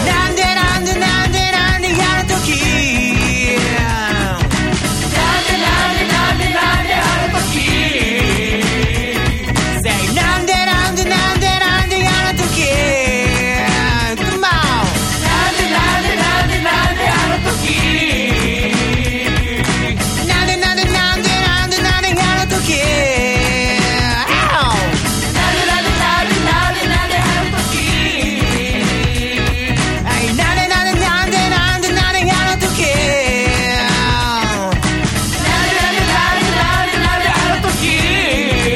[SPEAKER 5] て
[SPEAKER 4] なんでなんでなんでなんであの時なんでなんでなんでなんであの時なんでなんでなんでなんであの時なんでなんでなんでなんであの時なんでなんでなんでなんでなんであの時なんでなんでなんでなんでなんであの時はいなんでなんでなんでなんでなんであの時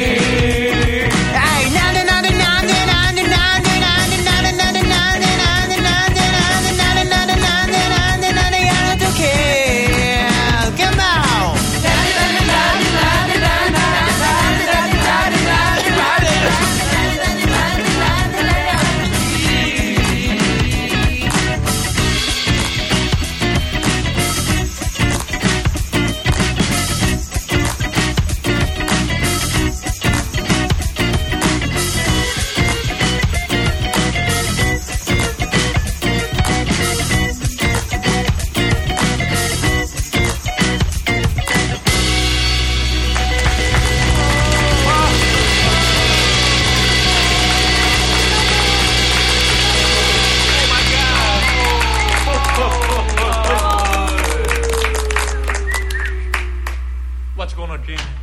[SPEAKER 4] はいなんでなんでなんでなんでなんでなんでなんでなんでなんでなんでなんでなんでなんでなんでなんでなんでなんであの時 Come on
[SPEAKER 6] What's going on, Jim?